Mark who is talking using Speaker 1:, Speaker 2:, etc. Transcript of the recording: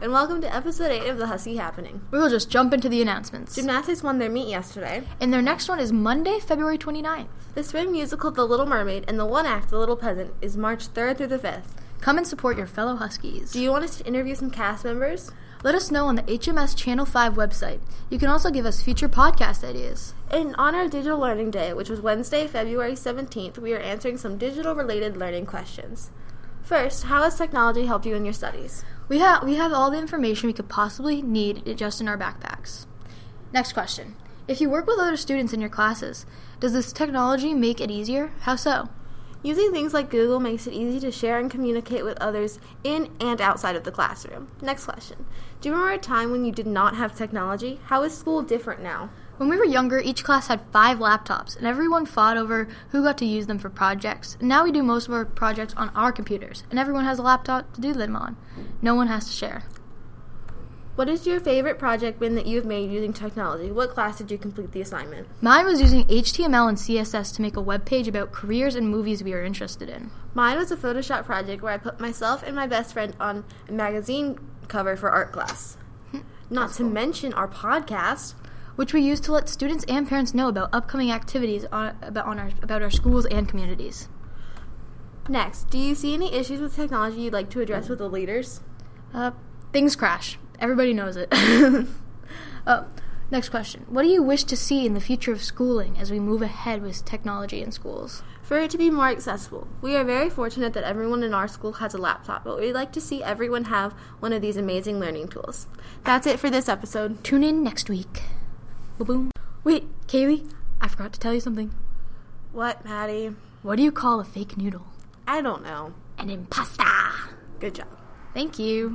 Speaker 1: and welcome to episode 8 of The Husky Happening.
Speaker 2: We will just jump into the announcements.
Speaker 1: Gymnastics won their meet yesterday.
Speaker 2: And their next one is Monday, February 29th.
Speaker 1: The spring musical The Little Mermaid and the one act The Little Peasant is March 3rd through the 5th.
Speaker 2: Come and support your fellow Huskies.
Speaker 1: Do you want us to interview some cast members?
Speaker 2: Let us know on the HMS Channel 5 website. You can also give us future podcast ideas.
Speaker 1: In honor of Digital Learning Day, which was Wednesday, February 17th, we are answering some digital related learning questions. First, how has technology helped you in your studies?
Speaker 2: We have we have all the information we could possibly need just in our backpacks. Next question. If you work with other students in your classes, does this technology make it easier? How so?
Speaker 1: Using things like Google makes it easy to share and communicate with others in and outside of the classroom. Next question. Do you remember a time when you did not have technology? How is school different now?
Speaker 2: When we were younger, each class had five laptops, and everyone fought over who got to use them for projects. And now we do most of our projects on our computers, and everyone has a laptop to do them on. No one has to share.
Speaker 1: What is your favorite project been that you've made using technology? What class did you complete the assignment?
Speaker 2: Mine was using HTML and CSS to make a web page about careers and movies we are interested in.
Speaker 1: Mine was a Photoshop project where I put myself and my best friend on a magazine cover for art class. Not to mention our podcast.
Speaker 2: which we use to let students and parents know about upcoming activities on, about, on our, about our schools and communities.
Speaker 1: Next, do you see any issues with technology you'd like to address with the leaders?
Speaker 2: Uh, things crash. Everybody knows it. uh, next question. What do you wish to see in the future of schooling as we move ahead with technology in schools?
Speaker 1: For it to be more accessible, we are very fortunate that everyone in our school has a laptop, but we'd like to see everyone have one of these amazing learning tools. That's it for this episode.
Speaker 2: Tune in next week. Boom. Wait, Kaylee, I forgot to tell you something.
Speaker 1: What, Maddie?
Speaker 2: What do you call a fake noodle?
Speaker 1: I don't know.
Speaker 2: An impasta.
Speaker 1: Good job.
Speaker 2: Thank you.